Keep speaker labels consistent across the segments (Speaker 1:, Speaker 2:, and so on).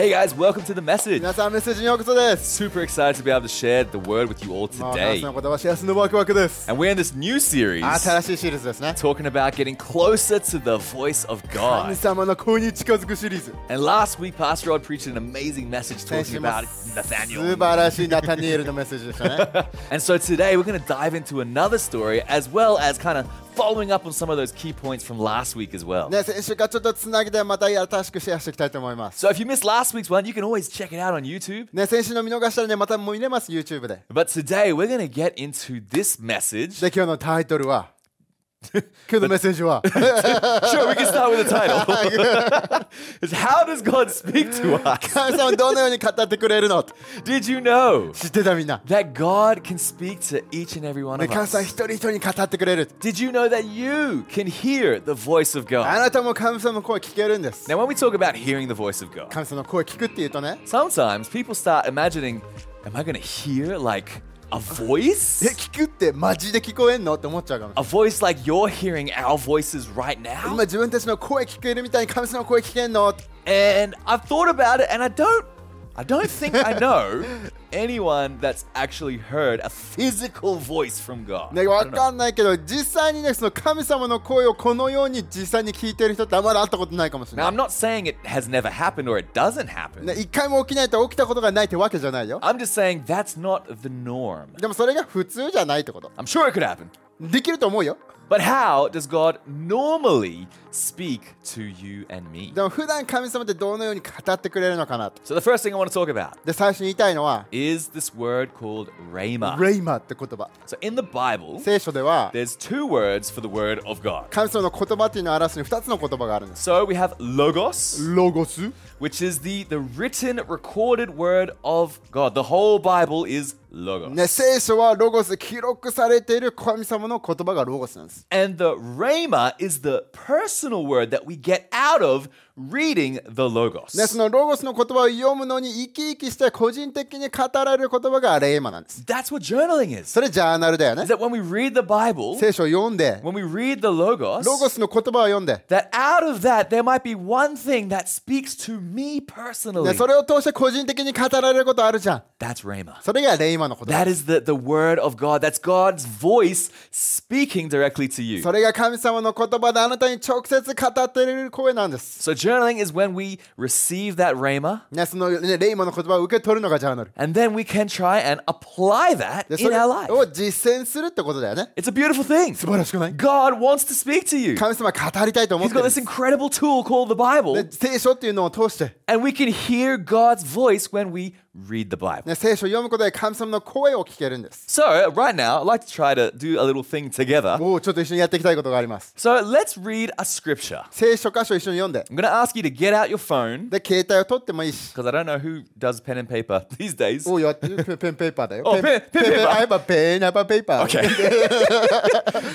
Speaker 1: Hey guys, welcome to the message.
Speaker 2: 皆さんメッセージにようこそです。
Speaker 1: Super excited to be able to share the word with you all
Speaker 2: まあ、皆
Speaker 1: today.
Speaker 2: さんことは幸せのワクワクです。
Speaker 1: And we're in this new series
Speaker 2: 新しいシリーズですね。
Speaker 1: talking about getting closer to the voice of
Speaker 2: 神
Speaker 1: God.
Speaker 2: 様の声に近づくシリーズ。
Speaker 1: And last week, Pastor Rod preached an amazing message
Speaker 2: 先
Speaker 1: talking
Speaker 2: 週も
Speaker 1: about
Speaker 2: 素
Speaker 1: Nathaniel.
Speaker 2: 晴らしいナタニエルのメッセージでした ね。
Speaker 1: And so today we're going to dive into another story as well as kind of following up on some of those key points from last week as well.
Speaker 2: ね先週からちょっとつなぎでまた新しくシェアしていきたいと思います。
Speaker 1: So if you missed last week's one, you can always check it out on YouTube.
Speaker 2: ね、先週の見逃したらね、またもう見れます、YouTube で。
Speaker 1: But today we're going to get into this message.
Speaker 2: で、今日のタイトルは、 今日のメッセージ は、
Speaker 1: Sure, we can start with the title. it's How Does God Speak to Us?
Speaker 2: 神様どのように語ってくれるの
Speaker 1: Did you know
Speaker 2: 知ってたみん な。
Speaker 1: that God can speak to each and every one
Speaker 2: ね、
Speaker 1: of
Speaker 2: 神
Speaker 1: us?
Speaker 2: 様一人一人に語ってくれる。
Speaker 1: Did you know that you can hear the voice of
Speaker 2: あ
Speaker 1: God?
Speaker 2: なたも神様の声聞けるんです。
Speaker 1: Now, when we talk about hearing the voice of God,
Speaker 2: 神様の声聞くっていうとね、
Speaker 1: sometimes people start imagining, am I going to hear like a
Speaker 2: え、
Speaker 1: voice?
Speaker 2: 聞くってマジで聞こえんのって思っちゃうかもしれない
Speaker 1: A voice like you're hearing our voices right
Speaker 2: 今
Speaker 1: now?
Speaker 2: 自分たちの声聞けるみたいに神様の声聞けんの
Speaker 1: And I've thought about it and I don't I don't think I know anyone that's actually heard a physical voice from God.
Speaker 2: ね、
Speaker 1: I
Speaker 2: わ
Speaker 1: don't know.
Speaker 2: かんないけど実際にねその神様の声をこのように実際に聞いてる人ってあまり会ったことないかもしれ
Speaker 1: Now
Speaker 2: な
Speaker 1: I'm not saying it has never happened or it doesn't
Speaker 2: い、
Speaker 1: happen.
Speaker 2: ね、一回も起きないと起きたことがないってわけじゃないよ
Speaker 1: I'm just saying that's not the norm.
Speaker 2: でもそれが普通じゃないってこと
Speaker 1: I'm sure it could happen.
Speaker 2: できると思うよ
Speaker 1: But how does God normally speak to you and me?
Speaker 2: でも普段神様ってどのように語ってくれるのかなと
Speaker 1: So the first thing I want to talk about
Speaker 2: で最初に言いたいのは
Speaker 1: is this word called rhema.
Speaker 2: レイマって言葉
Speaker 1: so in the Bible,
Speaker 2: 聖書では
Speaker 1: there's two words for the word of God.
Speaker 2: 神様の言葉っていうのを表すに2つの言葉があるんです
Speaker 1: So we have logos,
Speaker 2: ロゴス
Speaker 1: which is the, the written, recorded word of God. The whole Bible is logos.
Speaker 2: ね、聖書はロゴス記録されている神様の言葉がロゴスなんです
Speaker 1: And the rhema is the personal word that we get out of reading the logos.
Speaker 2: ね、そのロゴスの言葉を読むのに生き生きして個人的に語られる言葉がレイマなんです。
Speaker 1: That's what journaling is.
Speaker 2: それジャーナルだよ
Speaker 1: Is
Speaker 2: ね。
Speaker 1: that when we read the Bible,
Speaker 2: 聖書を読んで、
Speaker 1: when we read the logos,
Speaker 2: ロゴスの言葉を読んで、
Speaker 1: that out of that there might be one thing that speaks to me
Speaker 2: ね、
Speaker 1: personally.
Speaker 2: それを通して個人的に語られることあるじゃん。
Speaker 1: That's rhema.
Speaker 2: それがレイマの言葉。
Speaker 1: That is the, the word of God. That's God's voice speaking directly to you.
Speaker 2: それが神様の言葉であなたに直接語っている声なんです。
Speaker 1: So journaling is when we receive that rhema
Speaker 2: ね、その、ね、レイマの言葉を受け取るのがジャーナル。
Speaker 1: and then we can try and apply that
Speaker 2: でそ
Speaker 1: in
Speaker 2: れ
Speaker 1: our life.
Speaker 2: を実践するってことだよね。
Speaker 1: It's a beautiful thing.
Speaker 2: 素晴らしくない
Speaker 1: God wants to speak to you.
Speaker 2: 神様は語りたいと思っ
Speaker 1: He's
Speaker 2: てる
Speaker 1: got
Speaker 2: んで
Speaker 1: this
Speaker 2: す。
Speaker 1: incredible tool called the Bible,
Speaker 2: ね聖書っていうのを通して、
Speaker 1: and we can hear God's voice when we read the Bible.
Speaker 2: ね、聖書を読むことで神様の声を聞けるんです。
Speaker 1: So, right now, I'd like to try to do a little thing together.
Speaker 2: おお、ちょっと一緒にやっていきたいことがあります。
Speaker 1: So, let's read a scripture.
Speaker 2: 聖書箇所一緒に読んで、
Speaker 1: I'm going to ask you to get out your phone
Speaker 2: で、携帯を取ってもいい し、
Speaker 1: because I don't know who does pen and paper these days.
Speaker 2: おうやってるペンペンペーパーだよ。
Speaker 1: おペンペンペーパー
Speaker 2: あやっぱペン、やっぱペーパー。
Speaker 1: Okay.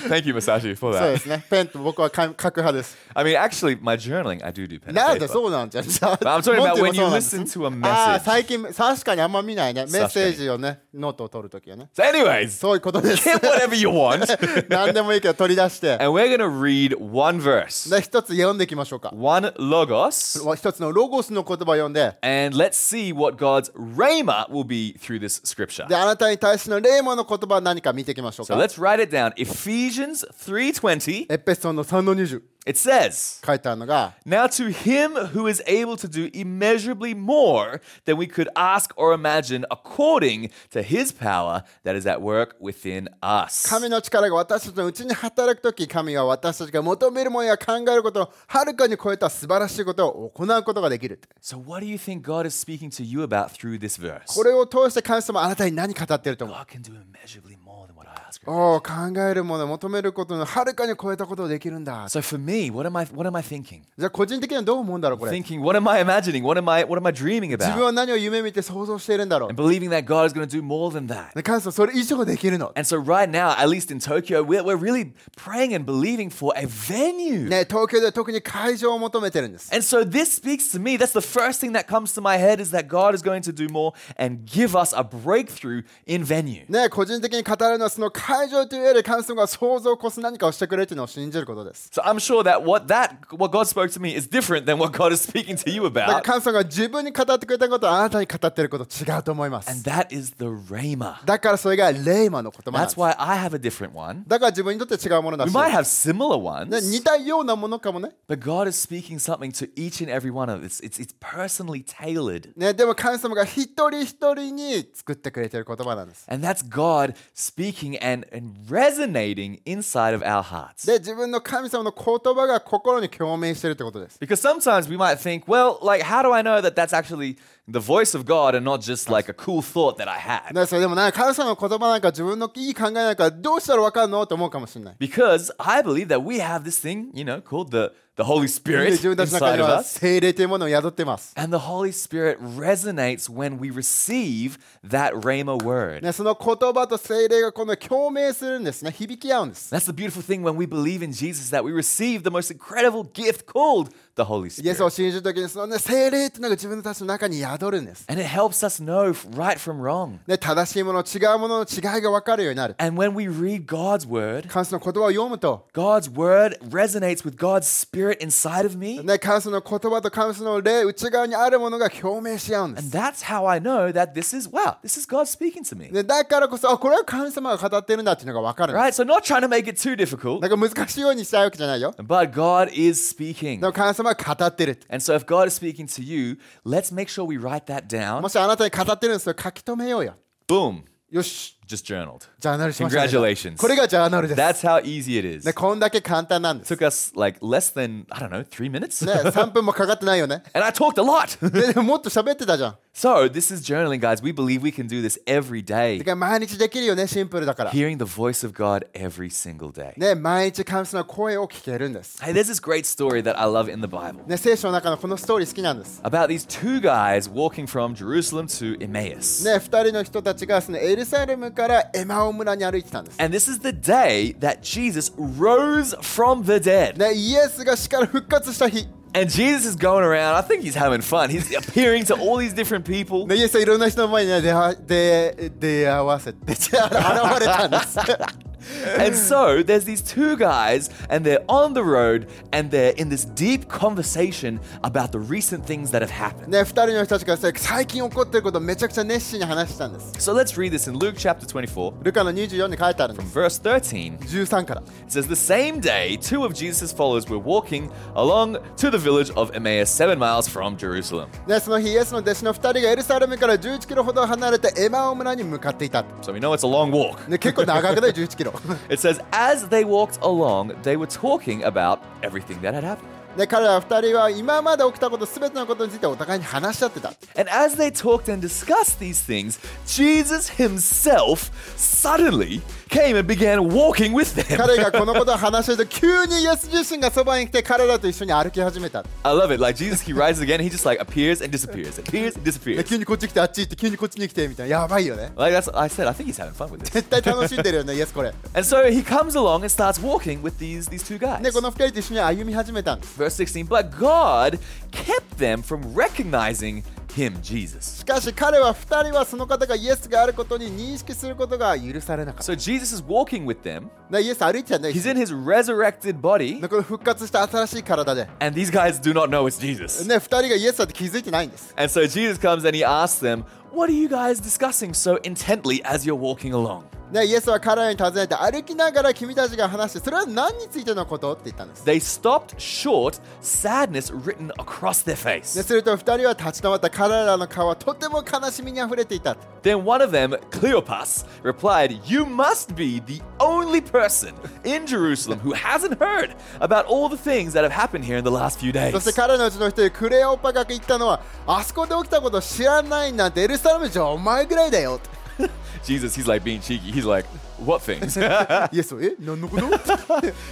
Speaker 1: Thank you, Masashi, for
Speaker 2: そうで
Speaker 1: that.
Speaker 2: すね。ペンと僕はか書く派です。
Speaker 1: I mean, actually, my journaling, I do do pen
Speaker 2: な
Speaker 1: and
Speaker 2: んで
Speaker 1: paper.
Speaker 2: そうなんじゃん。じゃあ
Speaker 1: But I'm talking
Speaker 2: モン
Speaker 1: about
Speaker 2: ティ
Speaker 1: when
Speaker 2: も
Speaker 1: you
Speaker 2: そうなんです
Speaker 1: listen to a
Speaker 2: ああ、
Speaker 1: message.
Speaker 2: 最近、確かにあんま見ないね。メッセージをね、ノートを取るときはね。
Speaker 1: So, anyways,
Speaker 2: そういうことです。
Speaker 1: get whatever you want,
Speaker 2: 何でもいいけど取り出 して。
Speaker 1: and we're going to read one verse,
Speaker 2: で、一つ読んでいきましょうか。
Speaker 1: one logos.
Speaker 2: 一つのロゴスの言葉を読んで、
Speaker 1: And let's see what God's rhema will be through this scripture.
Speaker 2: で、あなたに対しての霊魔の言葉は何か見ていきましょう
Speaker 1: So
Speaker 2: か。
Speaker 1: let's write it down. Ephesians 3:20.
Speaker 2: エペソンの3の20
Speaker 1: It says,
Speaker 2: 書いてあるのが、
Speaker 1: "Now to him who is able to do immeasurably more than we could ask or imagine according to his power that is at work within us."
Speaker 2: 神の力が私たちのうちに働くとき、神は私たちが求めるものや考えることをはるかに超えた素晴らしいことを行うことができる。
Speaker 1: So what do you think God is speaking to you about through this verse?
Speaker 2: これを通して神様はあなたに何語っていると思う
Speaker 1: God can do Oh. immeasurably more than what I ask.
Speaker 2: おお、考えるもの、求めることのはるかに超えたことをできるんだ。
Speaker 1: So for me, me? What am I what am I thinking?
Speaker 2: じゃあ個人的にはどう思うんだろうこれ
Speaker 1: Thinking, what am I imagining? What am I what am I dreaming
Speaker 2: 自分
Speaker 1: about?
Speaker 2: は何を夢見て想像しているんだろ
Speaker 1: And believing that God is going to do more than that.
Speaker 2: う感想それ以上できるの、
Speaker 1: And so right now, at least in Tokyo, we're, we're really praying and believing for a venue.
Speaker 2: ね、東京では特に会場を求めてるんです
Speaker 1: And so this speaks to me. That's the first thing that comes to my head is that God is going to do more and give us a breakthrough in venue.
Speaker 2: ね、個人的に語るのはその会場というより感想が想像を越す何かをしてくれるというのを信じることです
Speaker 1: So I'm sure that what that what God spoke to me is different than what God is speaking to you
Speaker 2: だから
Speaker 1: about.
Speaker 2: 感想が自分に語ってくれたことはあなたに語ってること違うと思いま
Speaker 1: And
Speaker 2: す
Speaker 1: that is the Rhema.
Speaker 2: だからそれがレイマの言葉なんです
Speaker 1: That's why I have a different one.
Speaker 2: だから自分にとって違うものだ
Speaker 1: We
Speaker 2: し
Speaker 1: might
Speaker 2: ね
Speaker 1: have similar ones,
Speaker 2: 似たようなものかもね
Speaker 1: but God is speaking something to each and every one of us. It's, it's personally tailored.
Speaker 2: ね、でも神様が一人一人に作ってくれてる言葉なんです。
Speaker 1: And that's God speaking and, and resonating inside of our hearts.
Speaker 2: で、自分の神様の言葉が心に共鳴してるってことです。
Speaker 1: Because sometimes we might think, well, like, how do I know that that's actually the voice of God and not just like a cool thought that I
Speaker 2: だ
Speaker 1: had?
Speaker 2: からそれでもな、神様の言葉なんか自分のいい考えなんかどうしたらわかるのと思うかもしれない。
Speaker 1: Because I believe that we have this thing, you know, called the, the Holy
Speaker 2: で
Speaker 1: Spirit
Speaker 2: 自分たちの中
Speaker 1: inside
Speaker 2: に
Speaker 1: of
Speaker 2: は
Speaker 1: us.
Speaker 2: 精霊というものを宿っています。
Speaker 1: And the Holy Spirit resonates when we receive that Rhema word.
Speaker 2: ね、その言葉と精霊がこの共鳴するんですね。響き合うんです。
Speaker 1: That's the beautiful thing when we believe in Jesus that we receive the most incredible gift called the Holy
Speaker 2: イエスを
Speaker 1: Spirit.
Speaker 2: 信じるときにその、ね、精霊っていうのが自分たちの中に宿るんです。
Speaker 1: And it helps us know right from wrong.
Speaker 2: ね、正しいもの、違うものの違いがわかるようになる。
Speaker 1: And when we read God's word,
Speaker 2: 神様の言葉を読むと、
Speaker 1: God's word resonates with God's spirit inside of me.
Speaker 2: ね、神様の言葉と神様の霊、内側にあるものが共鳴し合うんで
Speaker 1: And
Speaker 2: す。
Speaker 1: that's how I know that this is, wow, this is God speaking to me.
Speaker 2: でだからこそ、あ、これは神様が語ってるんだっていうのが分かるんです。
Speaker 1: Right? So, not trying to make it too difficult,
Speaker 2: だから難しいようにしたいわけじゃないよ。
Speaker 1: but God is speaking.
Speaker 2: でも神様は語ってる。
Speaker 1: And so, if God is speaking to you, let's make sure we write that
Speaker 2: も
Speaker 1: down.
Speaker 2: しあなたに語ってるんですよ、書き留めようよ。
Speaker 1: Boom,
Speaker 2: よし、
Speaker 1: just journaled.
Speaker 2: ジャーナルしましょう
Speaker 1: Congratulations.
Speaker 2: これがジャーナルです。
Speaker 1: That's how easy it is.
Speaker 2: ね、こんだけ簡単なんです。ね、
Speaker 1: took us like less than, I don't know, three minutes.
Speaker 2: 3分もかかってないよね。
Speaker 1: and I talked a lot.
Speaker 2: ででももっと喋ってたじゃん。だ
Speaker 1: so, this is journaling, guys. We believe we can do this every day,
Speaker 2: から毎日できるよね、シンプルだから。
Speaker 1: hearing the voice of God every single day.
Speaker 2: ね、毎日神様の声を聞けるんです。
Speaker 1: Hey, there's this great story that I love in the Bible
Speaker 2: ね、聖書の中のこのストーリー好きなんです。
Speaker 1: about these two guys walking from Jerusalem to Emmaus.
Speaker 2: ね、二人の人たちがそのエルサレムからエマオ村に歩いてたんです。
Speaker 1: And this is the day that Jesus rose from the dead.
Speaker 2: ね、イエスが死から復活した日、
Speaker 1: And Jesus is going around. I think he's having fun. He's appearing to all these different people.
Speaker 2: ね、イエスはいろんな人の前に、ね、出会出出会わせて 現れたんです。
Speaker 1: And so there's these two guys, and they're on the road, and they're in this deep conversation about the recent things that have happened.
Speaker 2: ね、二人の人たちがそれ最近起こってることをめちゃくちゃ熱心に話したんです。
Speaker 1: So let's read this in Luke chapter 24,
Speaker 2: ルカの24に書いてあるんです。
Speaker 1: verse 13.
Speaker 2: 13から。
Speaker 1: It says, The same day, two of Jesus' followers were walking along to the village of Emmaus, seven miles from Jerusalem.
Speaker 2: ね、その日、イエスの弟子の二人がエルサレムから11キロほど離れてエマオ村に向かっていた。
Speaker 1: So we know it's a long walk.
Speaker 2: ね、結構長くない ?11 キロ。
Speaker 1: It says, as they walked along, they were talking about everything that had happened.
Speaker 2: ね、彼ら二人は今まで起きたこと、すべてのことについてお互いに話し合ってた。
Speaker 1: And as they talked and discussed these things, Jesus himself suddenly came and began walking with them.
Speaker 2: 彼がこのことを話していると、急にイエス自身がそばに来て彼らと一緒に歩き始めた。
Speaker 1: I love it. Like Jesus, he rises again, he just like appears and disappears, appears and
Speaker 2: で
Speaker 1: disappears.
Speaker 2: 急にこっち来てあっち行って急にこっちに来てみたいなやばいよね
Speaker 1: Like that's I said, I think he's having fun with this.
Speaker 2: 絶対楽しんでるよね イエスこれ
Speaker 1: And so he comes along and starts walking with these these two guys.
Speaker 2: でこの2人と一緒に歩み始めたんです
Speaker 1: Verse 16, but God kept them from recognizing him, Jesus.
Speaker 2: しかし彼は2人はその方がイエスがあることに認識することが許されなかっ
Speaker 1: So Jesus is walking with them.
Speaker 2: たでイエス歩いてたんだよ
Speaker 1: He's
Speaker 2: で
Speaker 1: in his resurrected body.
Speaker 2: この復活した新しい体で
Speaker 1: And these guys do not know it's Jesus.
Speaker 2: ね2人がイエスだって気づいてないんです
Speaker 1: And so Jesus comes and he asks them, What are you guys discussing so intently as you're walking along?
Speaker 2: ねイエスは彼らに尋ねて歩きながら君たちが話してそれは何についてのことって言ったんです
Speaker 1: They stopped short, sadness written across their
Speaker 2: で
Speaker 1: face.
Speaker 2: すると2人は立ち止まった彼らの顔はとても悲しみにあふれていた
Speaker 1: Then one of them, Cleopas, replied, You must be the only person in Jerusalem who hasn't heard about all the things that have happened here in the last few
Speaker 2: そして
Speaker 1: days.
Speaker 2: 彼のうちの一人クレオパが言ったのはあそこで起きたことを知らないなんてエルサレムじゃお前ぐらいだよ
Speaker 1: Do Jesus, he's like being cheeky. He's like, what things?
Speaker 2: イエスえ何のこと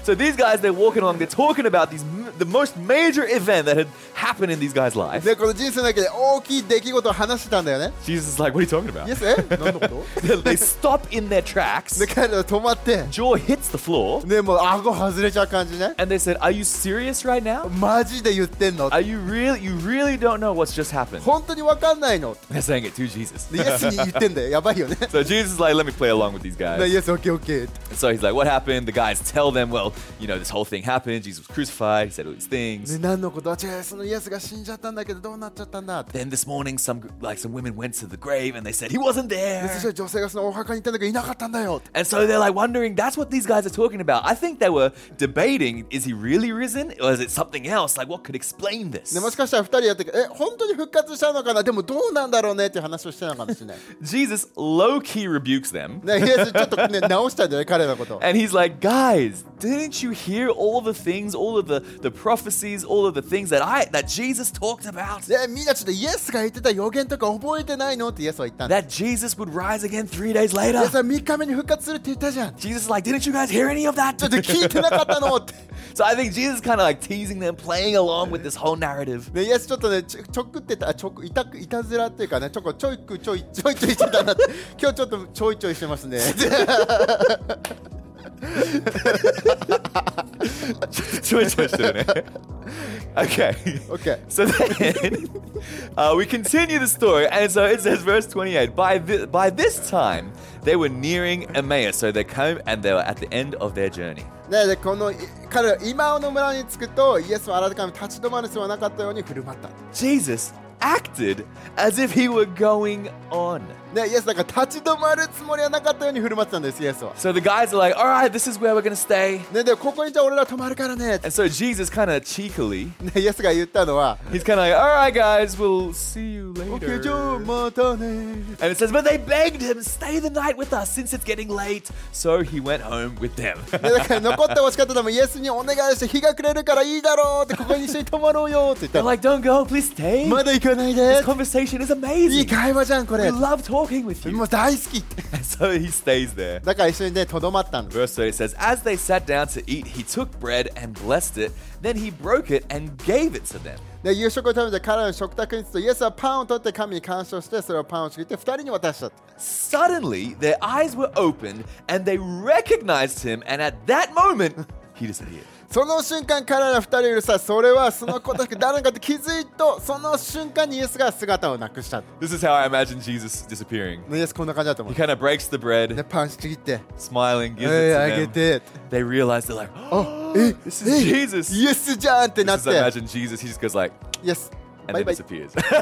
Speaker 1: so these guys, they're walking along, they're talking about these m- the most major event that had happened in these guys' lives.
Speaker 2: でこの人生の中で大きい出来事を話してたんだよね
Speaker 1: Jesus is like, what are you talking about?
Speaker 2: イエスえ何のこと
Speaker 1: they they stop in their tracks.
Speaker 2: で彼ら止まって、
Speaker 1: Jaw hits the floor.
Speaker 2: ね、もう顎外れちゃう感じね
Speaker 1: And they said, are you serious right now?
Speaker 2: マジで言ってんの
Speaker 1: Are you really, you really don't know what's just happened?
Speaker 2: 本当に分かんないの
Speaker 1: They're saying it to Jesus.
Speaker 2: でイエスに言ってんだよやばいよね
Speaker 1: So Jesus is like, let me play along with these
Speaker 2: で
Speaker 1: guys.
Speaker 2: イエスオッケーオッケー
Speaker 1: And so he's like, what happened? The guys tell them, well, you know, this whole thing happened. Jesus was crucified. He said all these
Speaker 2: ね
Speaker 1: things.
Speaker 2: 何のことあ違うそのイエスが死んじゃったんだけどどうなっちゃったんだって
Speaker 1: Then this morning, some like some women went to the grave and they said he wasn't
Speaker 2: でそした
Speaker 1: there.
Speaker 2: ら女性がそのお墓に行ったんだけどいなかったんだよ
Speaker 1: And so they're like wondering. That's what these guys are talking about. I think they were debating: is he really risen, or is it something else? Like, what could explain this?
Speaker 2: でもしかしたら2人やってえ本当に復活したのかなでもどうなんだろうねっていう話をしてたのかもしれない
Speaker 1: Jesus low key rebukes them,
Speaker 2: ねイエスちょっとね直したんだよね彼のこと。
Speaker 1: and he's like, "Guys, didn't you hear all the things, all of the the prophecies, all of the things that I that Jesus talked about?
Speaker 2: でみんなちょっとイエスが言ってた予言とか覚えてないのってイエスは言ったんだ。
Speaker 1: That Jesus would rise again three days
Speaker 2: イ
Speaker 1: later."
Speaker 2: エスは3日目に復活するって言ったじゃん。ち
Speaker 1: Jesus is like, didn't you guys hear any of that?
Speaker 2: ょっと聞いてなかったのって。
Speaker 1: so I think Jesus is kind of like teasing them, playing along with this whole narrative.
Speaker 2: でイエスちょっとねちょちょくってたあちょくいたいたずらっていうかねちょこちょいくちょいちょいちょいしてたなって。 今日ちょっとちょいちょいしてますね。
Speaker 1: okay.
Speaker 2: Okay.
Speaker 1: So then uh, we continue the story, and so it says, verse 28. By thi- by this time, they were nearing Emmaus, so they came and they were at the end of their journey.
Speaker 2: ねでこのい彼ら今の村に着くとイエスは改めて立ち止まる必要はなかったように振る舞った。
Speaker 1: Jesus acted as if he were going on.
Speaker 2: ねイエスだから立ち止まるつもりはなかったように振る舞ってたんですイエスは。
Speaker 1: So the guys are like, "All right, this is where we're gonna stay."
Speaker 2: ねでここにじゃあ俺ら泊まるからねって。
Speaker 1: And so Jesus kind of cheekily,
Speaker 2: ねイエスが言ったのは
Speaker 1: he's kind of like, "All right, guys, we'll see you
Speaker 2: 「オッケ
Speaker 1: later."
Speaker 2: ーじゃあまたね
Speaker 1: And it says, but they begged him, stay the night with us since it's getting late. So he went home with them.
Speaker 2: ね」だから 残ってほしかったのもイエスにお願いして日が暮れるからいいだろうってここに一緒に泊まろうよって言った
Speaker 1: They're
Speaker 2: の
Speaker 1: like, don't go, please stay.
Speaker 2: まだ行かないで
Speaker 1: This conversation is
Speaker 2: いい
Speaker 1: amazing.
Speaker 2: 会話じゃんこ
Speaker 1: We
Speaker 2: れ
Speaker 1: love talking with
Speaker 2: も
Speaker 1: you.
Speaker 2: う大好きって
Speaker 1: And so he stays there.
Speaker 2: だから一緒にねとどまったんです
Speaker 1: Verse 30 says, As they sat down to eat, he took bread and blessed it. Then he broke it and gave it to them.
Speaker 2: で夕食を食べて彼らの食卓に着くとイエスはパンを取って神に感謝をしてそれをパンをちぎって二人に渡したって
Speaker 1: Suddenly, their eyes were opened and they recognized him. And at that moment, he disappeared.
Speaker 2: その瞬間彼ら二人を許さそれはその子たち誰かって気づいとその瞬間にイエスが姿をなくしたって
Speaker 1: This is how I imagine Jesus disappearing.
Speaker 2: ねイエスこんな感じだと思
Speaker 1: He
Speaker 2: う
Speaker 1: kind of breaks the
Speaker 2: で
Speaker 1: bread,
Speaker 2: パンちぎって「
Speaker 1: smiling,
Speaker 2: え
Speaker 1: gives it
Speaker 2: ー、あ
Speaker 1: to
Speaker 2: げ
Speaker 1: them.
Speaker 2: て」って
Speaker 1: they realize they're like, oh,
Speaker 2: え
Speaker 1: this is
Speaker 2: え
Speaker 1: Jesus.
Speaker 2: イエスじゃんってなっ
Speaker 1: Just
Speaker 2: て、
Speaker 1: imagine Jesus, he just goes like,
Speaker 2: イエス、
Speaker 1: and
Speaker 2: バイ
Speaker 1: then
Speaker 2: バイ、
Speaker 1: disappears.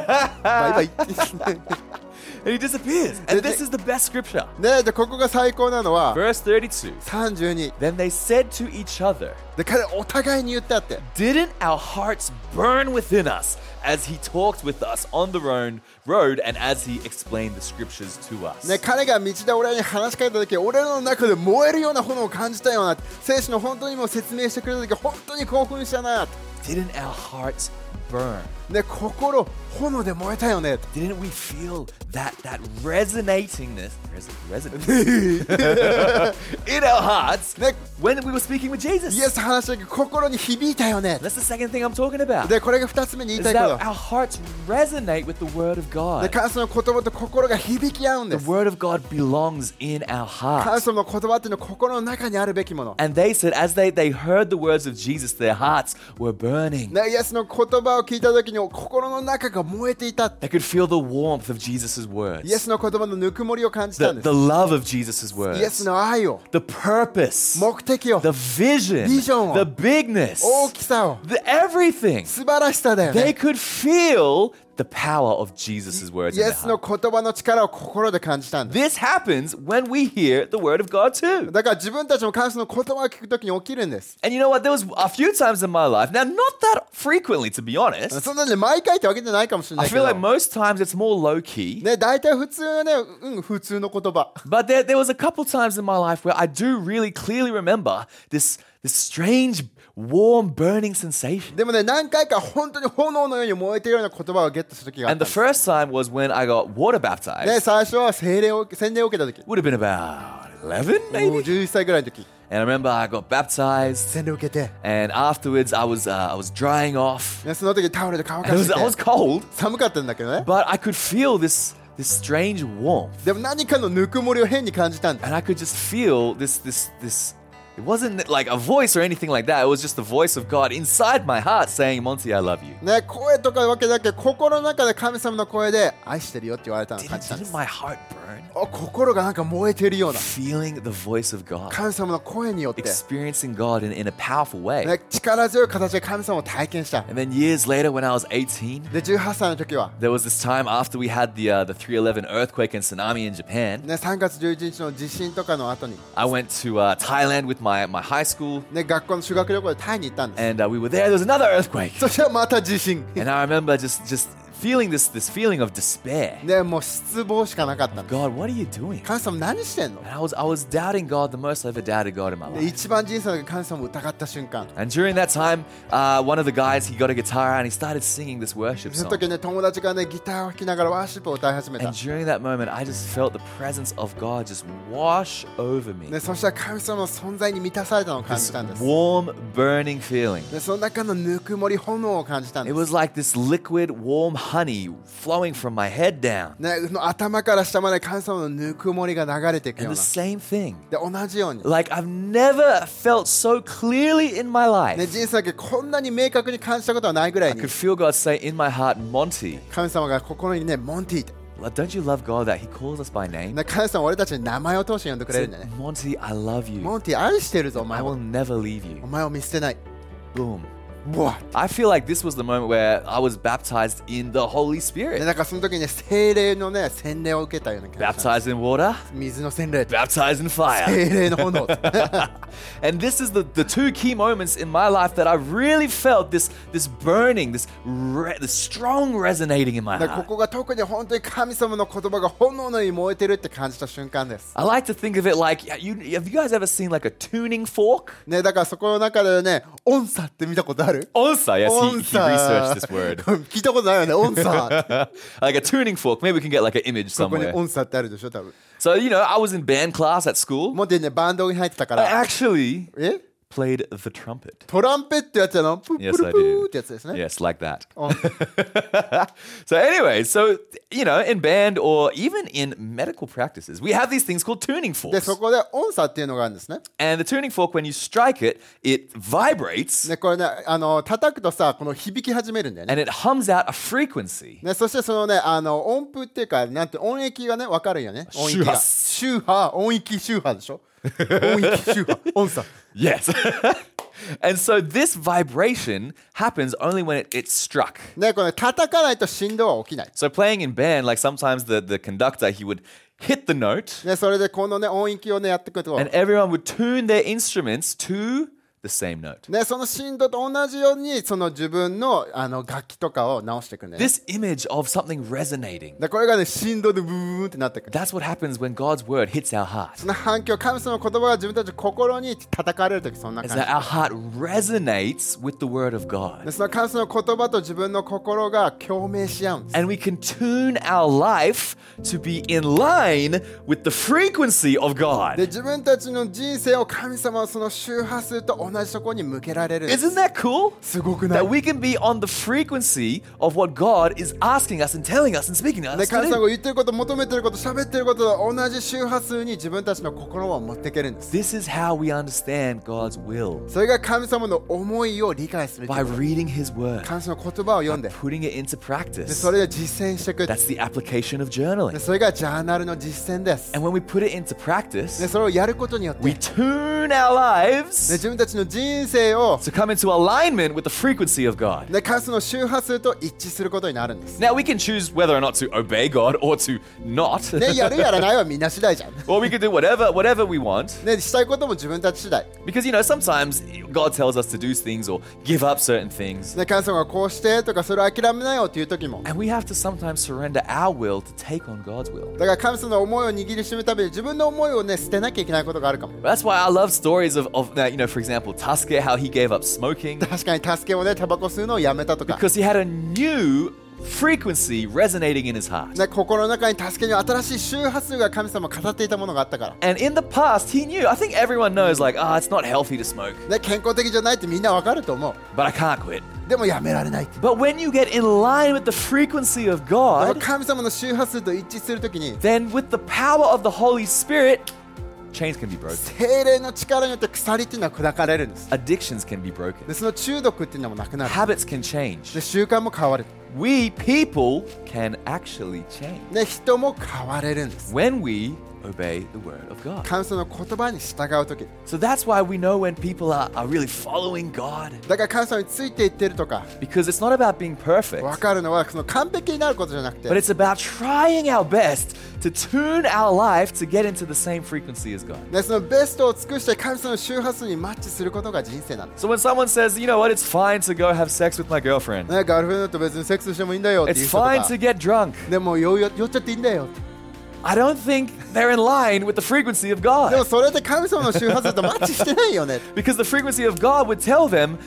Speaker 2: バイバイ。
Speaker 1: and he disappears. And
Speaker 2: Did
Speaker 1: this
Speaker 2: they-
Speaker 1: is the best scripture.
Speaker 2: ねで、ここが最高なのは、
Speaker 1: Verse 32.
Speaker 2: 32。
Speaker 1: Then they said to each other,
Speaker 2: で、彼お互いに言ったって。
Speaker 1: Didn't our hearts burn within us as he talked with us on the road, road and as he explained the scriptures to us?
Speaker 2: ね、彼が道で俺らに話しかけた時俺らの中で燃えるような炎を感じたような聖書の本当にもう説明してくれた時本当に興奮したな
Speaker 1: Didn't our hearts burn?
Speaker 2: ね心炎で燃えたよね
Speaker 1: Didn't we feel that that resonatingness res- resonance in our hearts
Speaker 2: Nick.
Speaker 1: when we were speaking with Jesus?
Speaker 2: イエス話した時心に響いたよね
Speaker 1: That's the second thing I'm talking about.
Speaker 2: でこれが2つ目に言い
Speaker 1: Is
Speaker 2: たい
Speaker 1: that
Speaker 2: こと
Speaker 1: our hearts resonate with the Word of
Speaker 2: で
Speaker 1: God.
Speaker 2: 感想の言葉と心が響き合うん
Speaker 1: The
Speaker 2: です
Speaker 1: Word of God belongs in our
Speaker 2: 感
Speaker 1: hearts.
Speaker 2: 想の言葉っていうのは心の中にあるべきもの
Speaker 1: And they said, as they, they heard the words of Jesus, their hearts were burning.
Speaker 2: ね、イエスの言葉を聞いた時に心の中が燃えていた
Speaker 1: They could feel the warmth of Jesus'
Speaker 2: イエス
Speaker 1: words,
Speaker 2: の言葉のぬくもりを感じた
Speaker 1: the,
Speaker 2: んです
Speaker 1: the love of Jesus'
Speaker 2: イエス
Speaker 1: words,
Speaker 2: の愛を
Speaker 1: the purpose,
Speaker 2: 目的を
Speaker 1: the vision,
Speaker 2: Vision. Oh,
Speaker 1: the bigness,
Speaker 2: 大きさを
Speaker 1: the everything.
Speaker 2: 素晴らしさだよ
Speaker 1: They
Speaker 2: ね
Speaker 1: could feel the power of Jesus' words.
Speaker 2: イ
Speaker 1: In
Speaker 2: エ
Speaker 1: their
Speaker 2: スの
Speaker 1: heart.
Speaker 2: 言葉の力を心で感じたんです
Speaker 1: This happens when we hear the Word of God too.
Speaker 2: だから自分たちも感想の言葉を聞く時に起きるんです
Speaker 1: And you know what? There was a few times in my life. Now, not that frequently, to be honest.
Speaker 2: そんなね毎回ってわけじゃないかもしれな
Speaker 1: I
Speaker 2: いけ
Speaker 1: feel
Speaker 2: ど
Speaker 1: like most times it's more low key.
Speaker 2: ね大体普通はねうん普通の言葉
Speaker 1: But there, there was a couple times in my life where I do really clearly remember this This strange, warm, burning sensation.
Speaker 2: でもね、何回か本当に炎のように燃えているような言葉をゲットした時があっ
Speaker 1: And
Speaker 2: た
Speaker 1: the
Speaker 2: んです。
Speaker 1: first time was when I got water
Speaker 2: で、
Speaker 1: baptized.
Speaker 2: 最初は洗礼を受け洗礼を受けた時、
Speaker 1: Would have been about 11,
Speaker 2: もう
Speaker 1: maybe?
Speaker 2: 11歳ぐらいの時、
Speaker 1: And I remember I got baptized,
Speaker 2: 洗礼を受けて、
Speaker 1: and afterwards I was, uh, I was drying off.
Speaker 2: ねその時タオルで乾
Speaker 1: And
Speaker 2: か
Speaker 1: it
Speaker 2: し
Speaker 1: was,
Speaker 2: て
Speaker 1: I was
Speaker 2: て
Speaker 1: cold,
Speaker 2: 寒かったんだけどね。
Speaker 1: but I could feel this, this strange warmth.
Speaker 2: でも何かのぬくもりを変に感じたんだ。
Speaker 1: And I could just feel this, this, this. It wasn't like a voice or anything like that. It was just the voice of God inside my heart saying, Monty, I love you.
Speaker 2: ね、声とかわけだけど心の中で神様の声で愛してるよって言われたのを感
Speaker 1: Didn't,
Speaker 2: じたんで
Speaker 1: didn't
Speaker 2: す
Speaker 1: my heart burn?
Speaker 2: お心がなんか燃えてるような
Speaker 1: Feeling the voice of God,
Speaker 2: 神様の声によって、
Speaker 1: experiencing God in, in a powerful way.
Speaker 2: ね、力強い形で神様を体験したで
Speaker 1: And then years later, when I was 18,
Speaker 2: 18歳の時は、
Speaker 1: there was this time after we had the, uh, the 311 earthquake and tsunami in Japan.
Speaker 2: ね、3月11日の地震とかの後に
Speaker 1: I went to uh, Thailand with my, my high school,
Speaker 2: ね、学校の修学旅行でタイに行ったんです
Speaker 1: and uh, we were there. There was another earthquake.
Speaker 2: そしたらまた地震
Speaker 1: And I remember just, just feeling this, this feeling of despair.
Speaker 2: ね、もう失望しかなかったんです
Speaker 1: God, what are you doing?
Speaker 2: 神様何してんの
Speaker 1: And I was, I was doubting God the most I ever doubted God in my
Speaker 2: で
Speaker 1: life.
Speaker 2: 一番人生の中で神様を疑った瞬間
Speaker 1: And during that time, uh, one of the guys, he got a guitar out and he started singing this worship
Speaker 2: その
Speaker 1: song.
Speaker 2: 時ね友達がねギターを弾きながらワーシップを歌い始めた
Speaker 1: And、during that moment, I just felt the presence of God just wash over me.
Speaker 2: ね、そしたら神様の存在に満たされたのを感
Speaker 1: This
Speaker 2: じたんです
Speaker 1: warm, burning feeling.
Speaker 2: でその中のぬくもり炎を感じたん
Speaker 1: It
Speaker 2: です、
Speaker 1: was like this liquid, warm honey flowing from my head down.
Speaker 2: ね、その頭から下まで神様のぬくもりが流れていくよ
Speaker 1: And
Speaker 2: う
Speaker 1: the
Speaker 2: な
Speaker 1: same thing.
Speaker 2: で同じように、ね、
Speaker 1: Like I've never felt so clearly in my life.
Speaker 2: 人生だけこんなに明確に感じたことはないぐらい
Speaker 1: I
Speaker 2: に
Speaker 1: could feel God say in my heart, Monty,
Speaker 2: 神様が心にねモンティって、
Speaker 1: don't you love God that He calls us by name?
Speaker 2: ね、神様は俺たちに名前を通して呼んでく
Speaker 1: He
Speaker 2: れるんだよね
Speaker 1: said, Monty, I love
Speaker 2: モ
Speaker 1: you.
Speaker 2: ンティ愛してるぞお
Speaker 1: I
Speaker 2: 前
Speaker 1: will
Speaker 2: を
Speaker 1: never leave
Speaker 2: お
Speaker 1: you.
Speaker 2: 前を見捨てない
Speaker 1: Boom.
Speaker 2: ボワッ
Speaker 1: I feel like this was the moment where I was baptized in the Holy
Speaker 2: で
Speaker 1: Spirit.
Speaker 2: なんかその時にね精霊のね洗礼を受けたような感じ
Speaker 1: Baptized in water,
Speaker 2: 水の洗礼
Speaker 1: baptized in fire.
Speaker 2: 精霊の炎
Speaker 1: and this is the, the two key moments in my life that I really felt this this burning, this re- this strong resonating in my
Speaker 2: でこ
Speaker 1: heart.
Speaker 2: こが特に本当に神様の言葉が炎のように燃えてるって感じた瞬間です
Speaker 1: I like to think of it like you, have you guys ever seen like a tuning fork?
Speaker 2: ね、だからそこの中でね、音差って見たことある
Speaker 1: Onsa, yes, he,
Speaker 2: 音
Speaker 1: he
Speaker 2: 差
Speaker 1: researched this word.
Speaker 2: 聞いたことないよね、音差
Speaker 1: like a tuning fork. Maybe we can get like an image
Speaker 2: ここに
Speaker 1: somewhere.
Speaker 2: 音差ってあるでしょ、多分
Speaker 1: So, you know, I was in band class at school.
Speaker 2: もうでね、バンドに入ってたか
Speaker 1: I
Speaker 2: ら、
Speaker 1: actually
Speaker 2: え
Speaker 1: played the trumpet.
Speaker 2: トランペットやつやのプップ
Speaker 1: Yes,
Speaker 2: ル
Speaker 1: I
Speaker 2: プー
Speaker 1: did.
Speaker 2: ってやつですね。
Speaker 1: Yes, like that.
Speaker 2: 音
Speaker 1: so, anyway, so, you know, in band or even in medical practices, we have these things called tuning
Speaker 2: で、
Speaker 1: forks.
Speaker 2: そこで音差っていうのがあるんですね。
Speaker 1: And the tuning fork, when you strike it, it vibrates
Speaker 2: ね、これね、あの、叩くとさ、この響き始めるんだよね。
Speaker 1: and it hums out a frequency.
Speaker 2: ね、そしてそのね、あの音符っていうか、なんて音域がね、わかるよね。音域
Speaker 1: 周
Speaker 2: が。
Speaker 1: 波
Speaker 2: 周波、音域周波でしょ音域周波、音差。
Speaker 1: Yes. and so, this vibration happens only when it, it's struck.
Speaker 2: ね、これ、叩かないと振動は起きない。
Speaker 1: So playing in band, like sometimes the, the conductor he would hit the note
Speaker 2: ね、それでこのね音域をねやっていくと、
Speaker 1: and
Speaker 2: ね、
Speaker 1: everyone would tune their instruments to the same note.
Speaker 2: その振動と同じようにその自分のあの楽器とかを直していくんだよね。
Speaker 1: This image of something resonating.
Speaker 2: でこれがね振動でブーンってなっていく。
Speaker 1: That's what happens when God's word hits our heart.
Speaker 2: その反響、神様の言葉が自分たちの心に叩かれるときそんな
Speaker 1: It's
Speaker 2: 感じ
Speaker 1: that。our heart resonates with the word of
Speaker 2: で
Speaker 1: God.
Speaker 2: その神様の言葉と自分の心が共鳴し合うんです。
Speaker 1: And we can tune our life to be in line with the frequency of
Speaker 2: で
Speaker 1: God.
Speaker 2: 自分たちの人生を神様はその周波数と同じところに向けられるんです。
Speaker 1: Isn't that cool?
Speaker 2: すごくない
Speaker 1: That we can be on the frequency of what God is asking us and telling us and speaking to
Speaker 2: で
Speaker 1: us. to
Speaker 2: 神
Speaker 1: do.
Speaker 2: 様が言ってること、求めてること、喋ってることと同じ周波数に自分たちの心を持っていけるんです。
Speaker 1: This is how we understand God's will
Speaker 2: それが神様の思いを理解すると
Speaker 1: by
Speaker 2: いうこと。
Speaker 1: reading His Word,
Speaker 2: 神様の言葉を読んで、
Speaker 1: putting it into
Speaker 2: で
Speaker 1: practice.
Speaker 2: それで実践していく。で
Speaker 1: That's the application of journaling.
Speaker 2: それがジャーナルの実践です。
Speaker 1: And when we put it into
Speaker 2: で
Speaker 1: practice,
Speaker 2: それをやることによって、
Speaker 1: we
Speaker 2: で
Speaker 1: tune our lives
Speaker 2: 自分たちの人生を
Speaker 1: to come into alignment with the frequency of God.
Speaker 2: で神様の周波数と一致することになるんです。
Speaker 1: Now we can choose whether or not to obey God or to not,
Speaker 2: で、やるやらないはみんな次第じゃん。
Speaker 1: or we can do whatever whatever we want.
Speaker 2: で、したいことも自分たち次第。
Speaker 1: Because you know sometimes God tells us to do things or give up certain things,
Speaker 2: で、神様がこうしてとか、それを諦めなよっていう時も。
Speaker 1: and we have to sometimes surrender our will to take on God's will.
Speaker 2: だから神様の思いを握りしめるために自分の思いをね、捨てなきゃいけないことがあるかも。
Speaker 1: That's why I love stories of, of that, you know, for example, example, Tasker, how he gave up smoking
Speaker 2: 確かに助けもねタバコ吸うのをやめたとか、
Speaker 1: because he had a new frequency resonating in his heart.
Speaker 2: ね、心の中に助けの新しい周波数が神様語っていたものがあったから、
Speaker 1: And in the past, he knew, I think everyone knows, like, ah, it's not healthy to smoke,
Speaker 2: ね、健康的じゃないってみんなわかると思
Speaker 1: but I can't quit.
Speaker 2: うでもやめられないって
Speaker 1: But when you get in line with the frequency of
Speaker 2: でも
Speaker 1: God,
Speaker 2: 神様の周波数と一致するときに
Speaker 1: then with the power of the Holy Spirit, chains can be broken,
Speaker 2: 精霊の力によって鎖っていうのは砕かれるんです
Speaker 1: addictions can be broken,
Speaker 2: でその中毒っていうのもなくなる
Speaker 1: habits can change.
Speaker 2: で習慣も変わる
Speaker 1: We people can actually change
Speaker 2: で人も変われるんです
Speaker 1: when we obey the word of God.
Speaker 2: 神様の言葉に従うとき
Speaker 1: So that's why we know when people are, are really following God
Speaker 2: だから神様についていってるとか
Speaker 1: because it's not about being
Speaker 2: 分
Speaker 1: perfect,
Speaker 2: かるのはその完璧になることじゃなくて
Speaker 1: but it's about trying our best to tune our life to get into the same frequency as God.
Speaker 2: でそのベストを尽くして神様の周波数にマッチすることが人生なんです
Speaker 1: So when someone says, you know what, it's fine to go have sex with my girlfriend,
Speaker 2: ねガールフレンドと別にセックスしてもいいんだよっていう
Speaker 1: it's
Speaker 2: 人と
Speaker 1: fine
Speaker 2: か
Speaker 1: to get drunk,
Speaker 2: でも酔いよ酔っちゃっていいんだよって
Speaker 1: I don't think they're in line with the frequency of
Speaker 2: でも
Speaker 1: God
Speaker 2: それって神様の周波数とマッチしてないよね
Speaker 1: because the frequency of God would tell them,